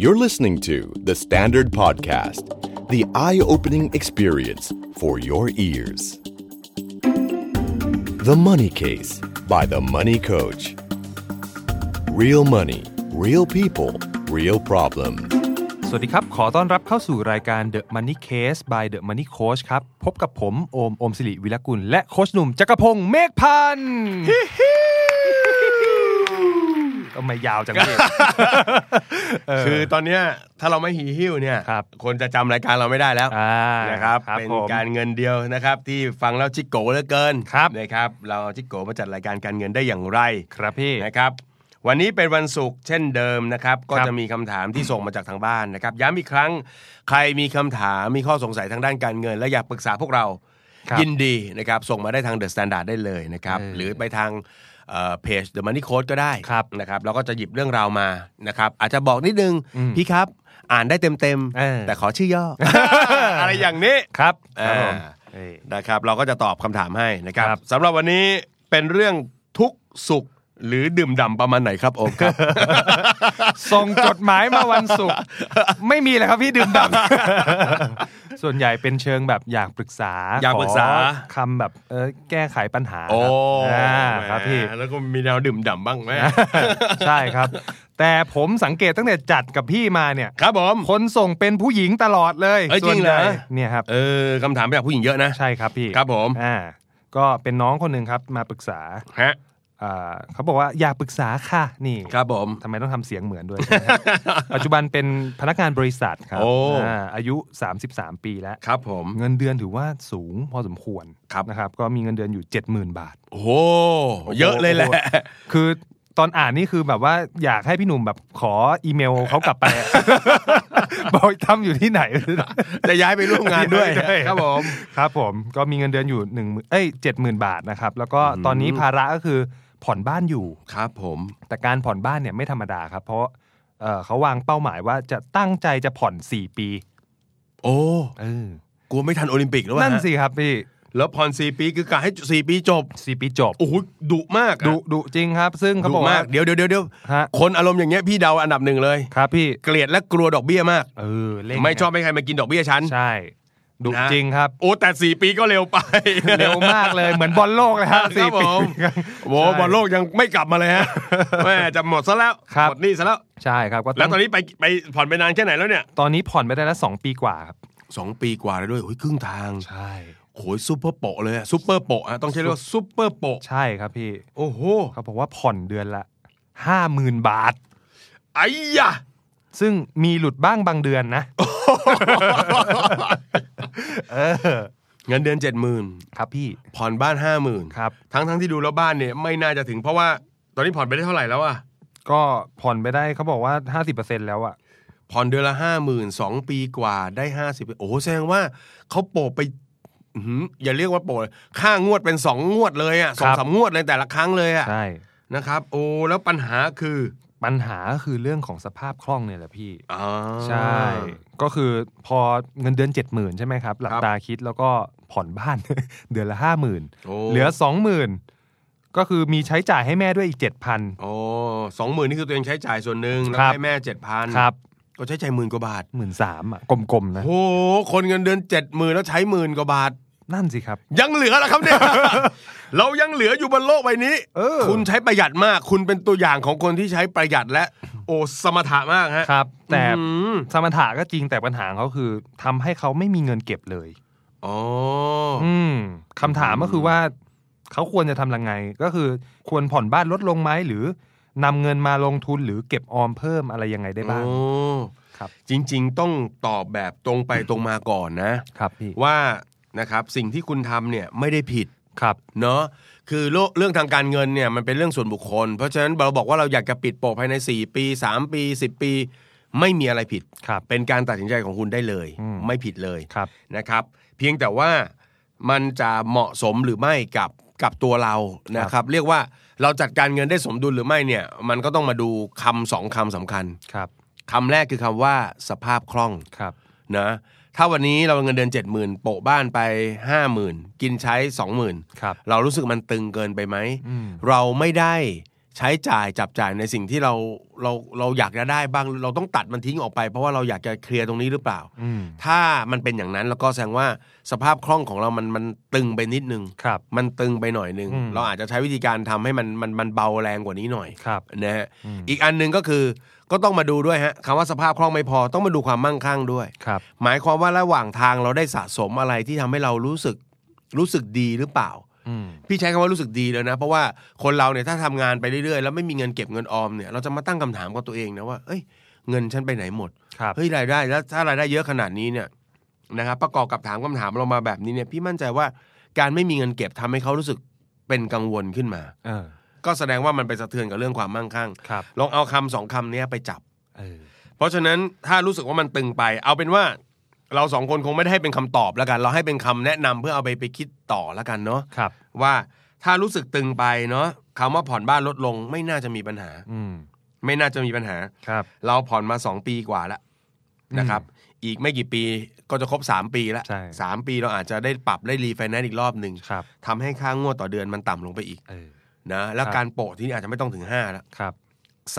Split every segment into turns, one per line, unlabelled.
You're listening to The Standard Podcast, the eye opening experience for your ears. The Money Case by The Money Coach. Real money, real people, real problem.
สวัสดีครับ ขอต้อนรับเข้าสู่รายการ The Money Case by The Money Coach ครับ พบกับผมโอม โอมสิริวิรกุล และโคชหนุ่มจักรพงศ์เมฆพันธ์ทำไมยาวจังเลย
คือตอนเนี้ยถ้าเราไม่หีหิ้วเนี่ย
ครับ
คนจะจำรายการเราไม่ได้แล้ว
อ่า
นะครับ
ครับ
เป็น
ผม
การเงินเดียวนะครับ ที่ฟังแล้วจิกโกเหลือเกิน
ครับ
นะครับเราเอาจิกโกมาจัดรายการการเงินได้อย่างไร
ครับพี่
นะครับ วันนี้เป็นวันศุกร์เช่นเดิมนะครับ ก็
ครับ
จะมีคำถามที่ส่งมาจากทางบ้านนะครับ ย้ำอีกครั้งใครมีคำถามมีข้อสงสัยทางด้านการเงิน และอยากปรึกษาพวกเรา
ครับ
ยินดีนะครับส่งมาได้ทางเดอะสแตนดาร์ดได้เลยนะครับ
เออ
หรือไปทางเอ่อเพจ The Money Code ก็ได้
ครับ
นะครับเราก็จะหยิบเรื่องราวมานะครับอาจจะบอกนิดนึง
อืม
พี่ครับ อ่านได้เต็มเต็ม
เออ
แต่ขอชื่ อย่อ อะไรอย่างนี้
ครับครับผม
อ่า นะครับเราก็จะตอบคำถามให้นะครับ
ครับ
สำหรับวันนี้เป็นเรื่องทุกข์สุข หรือดื่มด่ำประมาณไหนครับโอมครับ
ส่งจดหมายมาวันศุกร์ไม่มีเลยครับพี่ดื่มดับ ส่วนใหญ่เป็นเชิงแบบอยากปรึกษา
อยากปรึกษา
ขอคำแบบเออแก้ไขปัญหา
โอ้
อ่า
แหม
ครับพี่
แล้วก็มีแนวดื่มด่ำบ้างไหม
ใช่ครับ แต่ผมสังเกตตั้งแต่จัดกับพี่มาเนี่ย
ครับผม
คนส่งเป็นผู้หญิงตลอดเลย
เอ้ย
ส่วน
จริง
ใญ่
เหรอ
เนี่ยครับ
เออคำถามจากผู้หญิงเยอะนะ
ใช่ครับพี่
ครับผม
อ่าก็เป็นน้องคนหนึ่งครับมาปรึกษา
ฮะ
อ่าเขาบอกว่าอยากปรึกษาค่ะนี่
ครับผม
ทำไมต้องทำเสียงเหมือนด้วย ปัจจุบันเป็นพนักงานบริษัทครับ
โอ้
าอายุ 33 ปีแล้ว
ครับผม
เงินเดือนถือว่าสูงพอสมควร
ครับ
นะครับก็มีเงินเดือนอยู่ 70,000 บาท
โอ้โหเยอะเลยแหละ
คือตอนอ่านนี่คือแบบว่าอยากให้พี่หนุ่มแบบขออีเมลเขากลับไปอะ บอกทำอยู่ที่ไหน
จะย้ายไปร่วมงานด้วย
ใช่
ครับผม
ครับผมก็มีเงินเดือนอยู่หนึ่งเอ้ยเจ็ดหมื่นบาทนะครับ แล้วก็ตอนนี้ภาระก็คือผ่อนบ้านอยู่
ครับผม
แต่การผ่อนบ้านเนี่ยไม่ธรรมดาครับ เพราะเอ่อเขาวางเป้าหมายว่าจะตั้งใจจะผ่อนสี่ปี
โอ้
เออก
ลัวไม่ทันโอลิมปิกแล้ววะ
นั่น
ฮะ
สิครับพี่
แล้วผ่อนสี่ปีคือกะให้สี่ปีจบ
สี่ปีจบ
โอ้โหดุมากอะ
ดุดุจริงครับ ซึ่งเขา
ดุ
บอก
มา
ว่าก
เดี๋ยวเดี๋ยวเดี๋ยวเดี๋ยว
ฮะ
คนอารมณ์อย่างเงี้ยพี่เดาอันดับหนึ่งเลย
ครับพี่
เกลียดและกลัวดอกเบี้ยมาก
เออเล่น
ไม่ชอบให้ใครมากินดอกเบี้ยฉัน
ใช่ดุ
นะ
จริงครับ
โอ้แต่สี่ปีก็เร็วไป
เร็วมากเลยเหมือนบอลโลกเลยฮะ
ครั
สี่
บผ
ปี
มโอ้โหบอลโลกยังไม่กลับมาเลยฮะแม่จะหมดซะแล้ว
ครับ
หมดหนี่ซะแล้ว
ใช่ครับก็
แล้วตอนนี้ไปไปผ่อนไปนานแค่ไหนแล้วเนี่ย
ตอนนี้ผ่อนไปได้แล้วสองปีกว่าครับ
สองปีกว่าแล้วด้วยโอ้ยครึ่งทาง
ใช่
โอ้ยซูเปอร์โปะเลยอะซูเปอร์โปะอะต้องใช้เรียกว่าซูเปอร์โปะ
ใช่ครับพี่
โอ้โห
เขาบอกว่าผ่อนเดือนละห้าหมื่นบาท
ไอ้ยะ
ซึ่งมีหลุดบ้างบางเดือนนะ เออ
เงินเดือนเจ็ดหมื่น
ครับพี่
ผ่อนบ้านห้าหมื่น
ครับ
ทั้งทั้งที่ดูแล้วบ้านเนี่ยไม่น่าจะถึงเพราะว่าตอนนี้ผ่อนไปได้เท่าไหร่แล้วอะ
ก็ผ่อนไปได้เขาบอกว่า 50%แล้วอะ
ผ่อนเดือนละห้าหมื่นสองปีกว่าได้ห้าสิบโอ้โหแสดงว่าเขาโปะไปอื้อหืออย่าเรียกว่าโปะเลยค่างวดเป็นสองงวดเลยอะสองสามงวดเลยแต่ละครั้งเลยอะ
ใช่
นะครับ โอ้แล้วปัญหาคือ
ปัญหาก็คือเรื่องของสภาพคล่องเนี่ยแหละพี่
อ่า
ใช่ ก็คือพอเงินเดือน70,000ื่นใช่ไหมครับ หลับ
ครับ
ตาคิดแล้วก็ผ่อนบ้าน เดือนละห้าหมื่น
โอ้
เหลือสองหมื่นก็คือมีใช้จ่ายให้แม่ด้วยอีกเจ็ดพัน
โอ้สองหมื่นนี่คือตัวเองใช้จ่ายส่วนหนึ่งแล้ว
ครั
ก็
บ
ให้แม่เจ็ดพัน
ครับ
ก็ใช้จ่ายหมื่นกว่าบาท
หมื่นสามอะกลมๆนะ
โอ้โหคนเงินเดือนเจ็ดหมื่นแล้วใช้หมื่นกว่าบาท
นั่นสิครับ
ยังเหลือแล้วครับเนี่ย เรายังเหลืออยู่บนโลกใบนี้
เออ
คุณใช้ประหยัดมาก คุณเป็นตัวอย่างของคนที่ใช้ประหยัดและ โอสมถะมากฮะ
ครับ แต่
อืม
สมรรถะก็จริงแต่ปัญหาของเขาคือทำให้เขาไม่มีเงินเก็บเลย
อ๋อ
อืมคำถามก็คือว่า เขาควรจะทำยังไง ก็คือควรผ่อนบ้านลดลงไหมหรือนำเงินมาลงทุนหรือเก็บออมเพิ่มอะไรยังไงได้บ้าง
โอ้
ครับ
จริง ๆ ต้องตอบแบบตรงไปตรงมาก่อนนะ
ครับพี่
ว่านะครับสิ่งที่คุณทำเนี่ยไม่ได้ผิด
ครับ
เนาะคือโลกเรื่องทางการเงินเนี่ยมันเป็นเรื่องส่วนบุคคล เพราะฉะนั้นเราบอกว่าเราอยากจะปิดโปะภายใน 4 ปี 3 ปี 10 ปี ไม่มีอะไรผิด
ครับ
เป็นการตัดสินใจของคุณได้เลย
อืม
ไม่ผิดเลย
ครับ
นะครับ เพียงแต่ว่ามันจะเหมาะสมหรือไม่กับกับตัวเรานะครับ เรียกว่าเราจัดการเงินได้สมดุลหรือไม่เนี่ย มันก็ต้องมาดูคำสองคำสำคัญ
ครับ
คำแรกคือคำว่าสภาพคล่อง
ครับ
นะถ้าวันนี้เราเงินเดือน 7 0,000 โปะบ้านไป 50,000 กินใช้ 20,000
ครับ
เรารู้สึกมันตึงเกินไปไหม
อืม
เราไม่ได้ ใช้จ่ายจับจ่ายในสิ่งที่เราเราเราอยากจะได้บ้างเราต้องตัดมันทิ้งออกไป เพราะว่าเราอยากจะเคลียร์ตรงนี้หรือเปล่า
อืม
ถ้ามันเป็นอย่างนั้นแล้วก็แสดงว่าสภาพคล่องของเรามันมันตึงไปนิดนึง
ครับ
มันตึงไปหน่อยนึง
อืม
เราอาจจะใช้วิธีการทำให้มันมันมันเบาแรงกว่านี้หน่อย
ครับ
นะฮะ
ม
อีกอันหนึ่งก็คือก็ต้องมาดูด้วยฮะคำว่าสภาพคล่องไม่พอต้องมาดูความมั่งคั่งด้วย
ครับ
หมายความว่าระหว่างทางเราได้สะสมอะไรที่ทำให้เรารู้สึกรู้สึกดีหรือเปล่า
อืม
พี่ใช้คำว่ารู้สึกดีเลยนะ เพราะว่าคนเราเนี่ยถ้าทำงานไปเรื่อยๆ แล้วไม่มีเงินเก็บเงินออมเนี่ยเราจะมาตั้งคำถามกับตัวเองนะว่าเอ้ยเงินฉันไปไหนหมด
ครับ
เฮ้ยรายได้แล้วถ้ารายได้เยอะขนาดนี้เนี่ยนะครับประกอบกับถามคำถามเรามาแบบนี้เนี่ยพี่มั่นใจว่าการไม่มีเงินเก็บทำให้เขารู้สึกเป็นกังวลขึ้นมา
เออ
ก็แสดงว่ามันไปสะเทือนกับเรื่องความมั่งคั่ง
ครับ
ลองเอาคำสองคำเนี้ยไปจับ
เออ
เพราะฉะนั้นถ้ารู้สึกว่ามันตึงไป เอาเป็นว่าเราสองคนคงไม่ได้ให้เป็นคำตอบแล้วกัน เราให้เป็นคำแนะนำเพื่อเอาไปไปคิดต่อแล้วกันเนาะ
ครับ
ว่าถ้ารู้สึกตึงไปเนาะคำว่าผ่อนบ้านลดลงไม่น่าจะมีปัญหา
อืม
ไม่น่าจะมีปัญหา
ครับ
เราผ่อนมา 2 ปีกว่าแล้วนะครับ อีกไม่กี่ปีก็จะครบ 3 ปีแล้ว
ใช่
สามปีเราอาจจะได้ปรับได้รีไฟแนนซ์อีกรอบหนึ่ง
ครับ
ทำให้ค่างวดต่อเดือนมันต่ำลงไปอีก
เออ
นะแล้ว
ครับ
การโปะที่นี่อาจจะไม่ต้องถึง5แล้ว
ครับ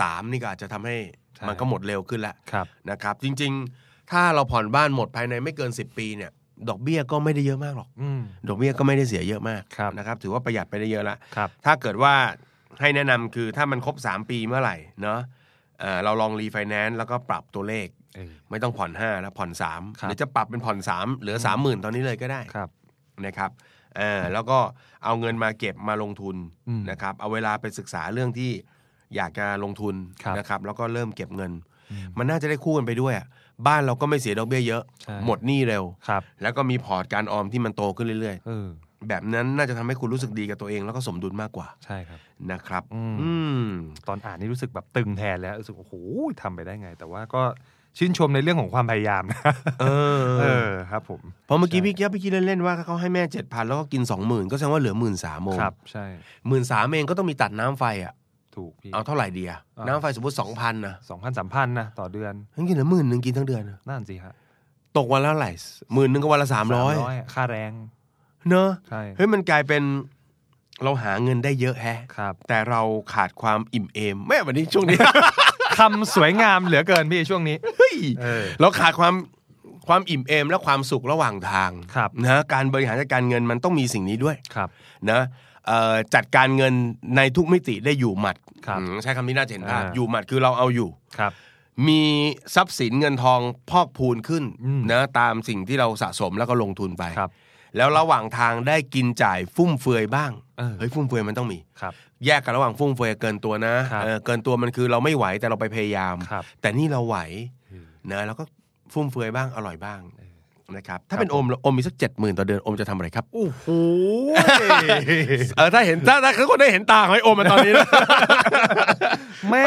สามนี่ก็อาจจะทำให้
ใช่
มันก็หมดเร็วขึ้นแล้ว
ครับ
นะครับ จริงๆ ถ้าเราผ่อนบ้านหมดภายในไม่เกิน 10 ปีเนี่ย ดอกเบี้ยก็ไม่ได้เยอะมากหรอก
อืม
ดอกเบี้ยก็ไม่ได้เสียเยอะมาก
ครับ
นะครับ ถือว่าประหยัดไปได้เยอะละ
ครับ
ถ้าเกิดว่าให้แนะนำคือถ้ามันครบ 3 ปีเมื่อไหร่เนาะเอ่อเราลองรีไฟแนนซ์แล้วก็ปรับตัวเลข
เออ
ไม่ต้องผ่อน 5 แล้วผ่อน 3
ครับ
หรือจะปรับเป็นผ่อน 3 เหลือ 30,000 ตอนนี้เลยก็ได้
ครับ
นะครับเอ่อแล้วก็เอาเงินมาเก็บมาลงทุน
อืม
นะครับเอาเวลาไปศึกษาเรื่องที่อยากจะลงทุน
ครับ
นะครับแล้วก็เริ่มเก็บเงิน
อืม
มันน่าจะได้คู่กันไปด้วยอะบ้านเราก็ไม่เสียดอกเบี้ยเยอะ
ใช่
หมดหนี้เร็ว
ครับ
แล้วก็มีพอร์ตการออมที่มันโตขึ้นเรื่อย
เออ
ๆ แบบนั้นน่าจะทำให้คุณรู้สึกดีกับตัวเอง แล้วก็สมดุลมากกว่า
ใช่ครับ
นะครับ
อืม
ม
ตอนอ่านนี่รู้สึกแบบตึงแทนแล้วรู้สึกโอ้โหทำไปได้ไง แต่ว่าก็ชื่นชมในเรื่องของความพยายามนะ
เออ
เออครับผม
เพราะเมื่อกี้
ใช่
พี่เกี้ยวพี่คิดเล่นๆว่าถ้าเขาให้แม่เจ็ดพันแล้วก็กินสองหมื่นก็แสดงว่าเหลือหมื่นสามโมง
ครับใช่
หมื่นสามเองก็ต้องมีตัดน้ำไฟอ่ะ
ถูกพี่
เอาเท่าไหร่เดีย
อ่า
น้ำไฟสมมติสองพันนะ
สองพันสามพันนะต่อเดือน
งั้นกินเหลือหมื่นหนึ่งกินทั้งเดือนอะ
นั่นสิฮะ
ตกวันละเท่าไหร่หมื่นหนึ่งก็วันละสามร้อย
ะค่าแรง
เนอะ
ใช่
เฮ้ยมันกลายเป็นเราหาเงินได้เยอะแฮะ
ครับ
แต่เราขาดความอิ่มเอมแม่วันนี้ช่วง นี้
คำสวยงามเหลือเกินพี่ช่วงนี้
เฮ้ย
เออ
เราขาดความความอิ่มเอมและความสุขระหว่างทาง
ครับ
นะการบริหารจัดการเงินมันต้องมีสิ่งนี้ด้วย
ครับ
นะเอ่อจัดการเงินในทุกมิติได้อยู่หมัด
ครับ
อืมใช้คำนี้น่าจะเห็นภาพ
อ่า
อยู่หมัดคือเราเอาอยู่
ครับ
มีทรัพย์สินเงินทองพอกพูนขึ้น
อืม
นะตามสิ่งที่เราสะสมแล้วก็ลงทุนไป
ครับ
แล้วระหว่างทางได้กินจ่ายฟุ่มเฟือยบ้าง
เออ
เฮ้ยฟุ่มเฟือยมันต้องมี
ครับ
แยกกันระหว่างฟุ่มเฟือยกับเกินตัวนะครับ เออเกินตัวมันคือเราไม่ไหวแต่เราไปพยายาม
ครับ
แต่นี่เราไหว
เออ
นะแล้วก็ฟุ่มเฟือยบ้างอร่อยบ้างนะครับ
ค
ถ้า
รับ
เป็นโอมโอมมีสักเจ็ดหมื่นต่อเดือนโอมจะทำอะไรครับ
โอ้โห
เออถ้าเห็นถ้าถ้าทุกคนได้เห็นตาของไอโอมมาตอนนี้นะ
แม่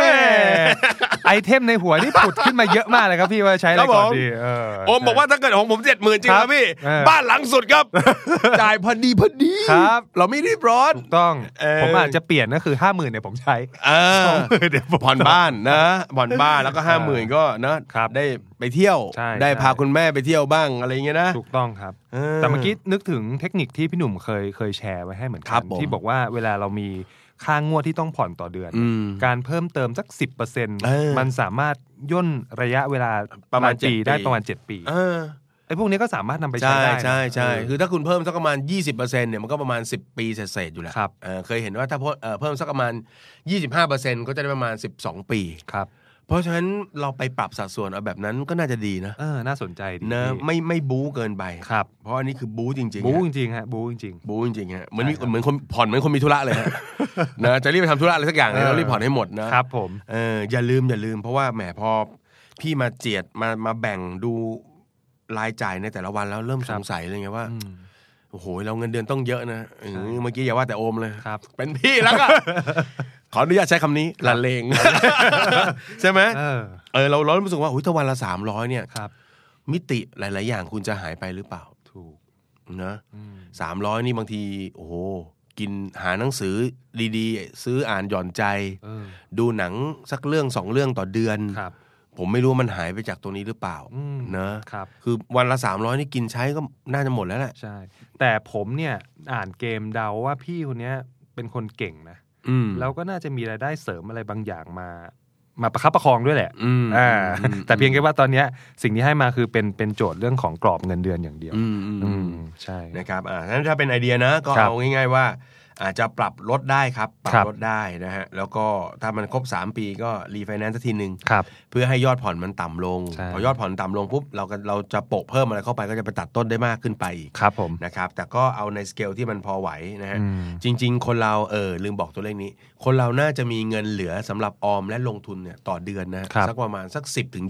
ไอเทมในหัวนี่ผุดขึ้นมาเยอะมากเลยครับพี่ว่าใช้อะไรก่อนดีเออ
โอมบอกว่าถ้าเกิดของผมเจ็ดหมื่นจริง
ครั
นะ
บ
พี่
เออ
บ้านหลังสุด ครับ จ่ายพอดีพอดี
ครับ
เราไม่รีบร้อน
ถูกต้อง
เออ
ผมอาจจะเปลี่ยนก็คือห้าหมื่นเนี่ยผมใช้
เออ
เดี๋ยวผม
ผ่อนบ้านนะผ่อนบ้านแล้วก็ห้าหมื่นก็นะครับได้ไปเที่ยว
ใช่
ได้พา
ใช่
คุณแม่ไปเที่ยวบ้างอะไรอย่างเงี้ยนะ
ถูกต้องครับ
เอ
แต่เมื่อกี้นึกถึงเทคนิคที่พี่หนุ่มเคยเคยแชร์ไว้ให้เหมือน
ค
กั
รั
น
บผม
ที่บอกว่าเวลาเรามีค่างวดที่ต้องผ่อนต่อเดือน
อืม
การเพิ่มเติมสัก 10%
เออ
มันสามารถย่นระยะเวลา
ประมาณ
ปี
เจ็ดปี
ได้ประมาณ 7 ปี
เออ
ไอ้พวกนี้ก็สามารถนำไปใช้
ใช่
ได้นะ
ใช่ใช่
เออ
คือถ้าคุณเพิ่มสักประมาณ 20%เนี่ยมันก็ประมาณ 10 ปีเศษๆอยู่แล้ว
ครับ
เออเคยเห็นว่าถ้าเพิ่มเอ่อเพิ่มสักประมาณ 25%ก็จะได้ประมาณ 12 ปี
ครับ
เพราะฉะนั้นเราไปปรับสัดส่วนเอาแบบนั้นก็น่าจะดีนะ
เออน่าสนใจดี
นะ
พี่
ไม่ไม่บู๊เกินไป
ครับ
เพราะอันนี้คือบู๊จริงๆ
บู๊จ
ฮะ
ริงๆฮะบู๊จริง
บู๊จริงๆฮะเหมือนมีเหมือนคนผ่อนเหมือนคนมีธุระ เลยฮะ นะจะรีบไปทำธุระอะไรสักอย่างเล
เอ
ย
อ
เรารีบผ่อนให้หมดนะ
ๆครับผม
เอออย่าลืมอย่าลืม เพราะว่าแหมพอพี่มาเจียดมามาแบ่งดูรายจ่ายในแต่ละวันแล้วเริ่มสงสัยเลยไงว่า
อืม
โอ้โหเราเงินเดือนต้องเยอะนะเออเมื่อกี้อย่าว่าแต่โอมเลย
ครับ
เป็นพี่แล้วก็ ขออนุญาตใช้คำนี้ละเลง ใช่ไหม
เออ
เออเราเรารู้สึกว่าอุ้ยถ้าวันละสามร้อยเนี่ย
ครับ
มิติหลาย ๆ อย่างคุณจะหายไปหรือเปล่า
ถูก
นะ
อืม
สามร้อยนี่บางที โอ้โห กินหาหนังสือดีๆ ซื้ออ่านหย่อนใจ
เออ
ดูหนังสักเรื่องสองเรื่องต่อเดือน
ครับ
ผมไม่รู้ว่ามันหายไปจากตรงนี้หรือเปล่า
อืม
เนอะ
ครับ
คือวันละสามร้อยนี่กินใช้ก็น่าจะหมดแล้วแหละ
ใช่ แต่ผมเนี่ยอ่านเกมเดาว่าพี่คนเนี้ยเป็นคนเก่งนะ
อืม
เราก็น่าจะมีรายได้เสริมอะไรบางอย่างมา มาประคับประคองด้วยแหละ
อืม
อ่า
ม
แต่เพียงแค่ว่าตอนเนี้ยสิ่งที่ให้มาคือเป็นเป็นโจทย์เรื่องของกรอบเงินเดือนอย่างเดียว
อืมอืม
อื
อื
ม
ม
ใช่
นะครับอ่านั้นถ้าเป็นไอเดียนะก็
ครับ
เอาง่าย ๆว่า อาจจะปรับลดได้ครับ ปรั
ครับ บ
ลดได้นะฮะแล้วก็ถ้ามันครบ 3 ปีก็รีไฟแนนซ์สักทีหนึ่ง
ครับ
เพื่อให้ยอดผ่อนมันต่ำลง
ใช่
พอยอดผ่อนต่ำลงปุ๊บเราก็เราจะโปะเพิ่มอะไรเข้าไปก็จะไปตัดต้นได้มากขึ้นไปอีก
ครับผม
นะครับ แต่ก็เอาในสเกลที่มันพอไหวนะฮะ
อืม
จริง ๆ คนเราเออลืมบอกตัวเลขนี้ คนเราน่าจะมีเงินเหลือสำหรับออมและลงทุนเนี่ยต่อเดือนนะฮะ
ครับ
สักประมาณสัก 10-20%ถึง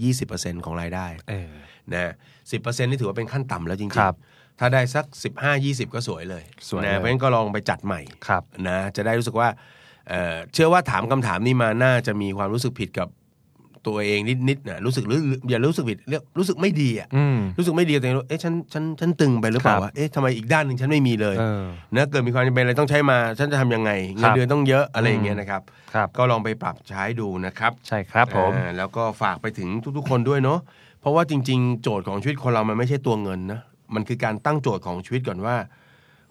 ของรายได้
เออ
นะสินี่ถือว่าเป็นขั้นต่ำแล้วจริง
ครับ
ๆ ถ้าได้สัก 15-20 ก็สวยเลย
สวยเลย
นะเพราะฉะนั้นก็ลองไปจัดใหม่
ครับ
นะจะได้รู้สึกว่าเอ่อเชื่อว่าถามคำถามนี้มาน่าจะมีความรู้สึกผิดกับตัวเองนิดๆนะรู้สึกหรืออย่ารู้สึกผิดเรียกรู้สึกไม่ดีอะ
อืม
รู้สึกไม่ดีกับตัวเองว่าเอ๊ะฉันฉันฉันตึงไปหรือเปล่า
ครับ
วะเอ๊ะทำไมอีกด้านหนึ่งฉันไม่มีเลย
เออ
นะเกิดมีความจำเป็นอะไรต้องใช้มาฉันจะทำยังไงเงิ
ครั
น
บ
เดือนต้องเยอะอะไรอย่างเงี้ยนะครับ
ครับ
ก็ลองไปปรับใช้ดูนะครับ
ใช่ครับผม
อ่าแล้วก็ฝากไปถึงทุกๆ คนด้วยเนาะเพราะว่าจริง ๆ โจทย์ของชีวิตคนเรามันไม่ใช่ตัวเงินนะมันคือการตั้งโจทย์ของชีวิตก่อนว่า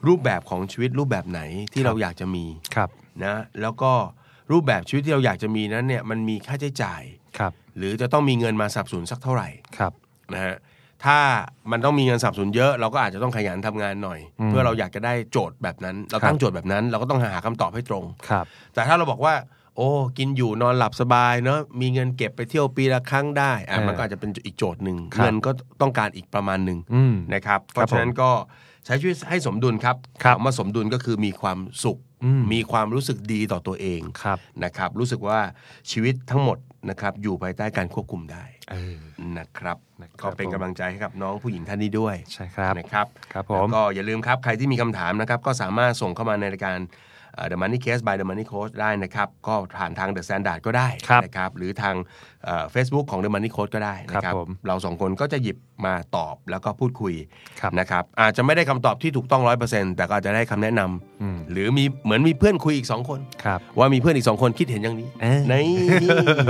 รูปแบบของชีวิตรูปแบบไหน
ค
ที่
รับ
เราอยากจะมี
ครับ
นะแล้วก็รูปแบบชีวิตที่เราอยากจะมีนั้นเนี่ยมันมีค่าใช้จ่าย
ครับ
หรือจะต้องมีเงินมาสนับสนุนสักเท่าไหร่
ครับ
นะฮะถ้ามันต้องมีเงินสนับสนุนเยอะเราก็อาจจะต้องขยันทำงานหน่อย
อืม
เพื่อเราอยากจะได้โจทย์แบบนั้น เรา
ครับ
ตั้งโจทย์แบบนั้น เราก็ต้องหาคำตอบให้ตรง
ครับ
แต่ถ้าเราบอกว่า โอ้กินอยู่นอนหลับสบายเนาะมีเงินเก็บไปเที่ยวปีละครั้งได้อ่ะ
เออ
มันก็อาจจะเป็นอีกโจทย์หนึ่ง
ครับ
เงินก็ต้องการอีกประมาณหนึ่ง
อืม
นะครับ เพราะฉะนั้นก็ใช้ชีวิตให้สมดุลครับ
ครับ
คำว่าสมดุลก็คือมีความสุข
อืม
มีความรู้สึกดีต่อตัวเอง
ครับ
นะครับรู้สึกว่าชีวิตทั้งหมดนะครับอยู่ภายใต้การควบคุมได้
เออ
นะครับ
นะครับ
ก็เป็น
ผม
กำลังใจให้กับน้องผู้หญิงท่านนี้ด้วย
ใช่ครับ
นะครับ
ครับผม
แล้วก็อย่าลืมครับ ใครที่มีคำถามนะครับ ก็สามารถส่งเข้ามาในรายการเอ่อ The Money Case by The Money Coach ได้นะครับ ก็ผ่านทาง The Standard ก็ได้
ครับ
นะครับหรือทางเอ่อ Facebook ของ The Money Coach ก็ได้นะค
ครั
รับบ
ผม
เราสองคนก็จะหยิบมาตอบแล้วก็พูดคุย
ครับ
นะครับอาจจะไม่ได้คำตอบที่ถูกต้อง 100%แต่ก็อาจจะได้คำแนะน
อืม
ำหรือมีเหมือนมีเพื่อนคุยอีกสองคน
ครับ
ว่ามีเพื่อนอีกสองคนคิดเห็นอย่างนี้
เอ้ย
นี่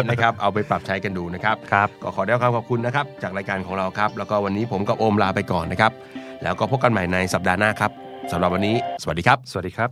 นะครับ เอาไปปรับใช้กันดูนะครับ
ครับ
ก็ขอได้ความขอบคุณนะครับ จากรายการของเราครับ แล้วก็วันนี้ผมกับโอมลาไปก่อนนะครับ แล้วก็พบกันใหม่ในสัปดาห์หน้าครับสำหรับวันนี้ สวัสดีครับ
สวัสดีครับ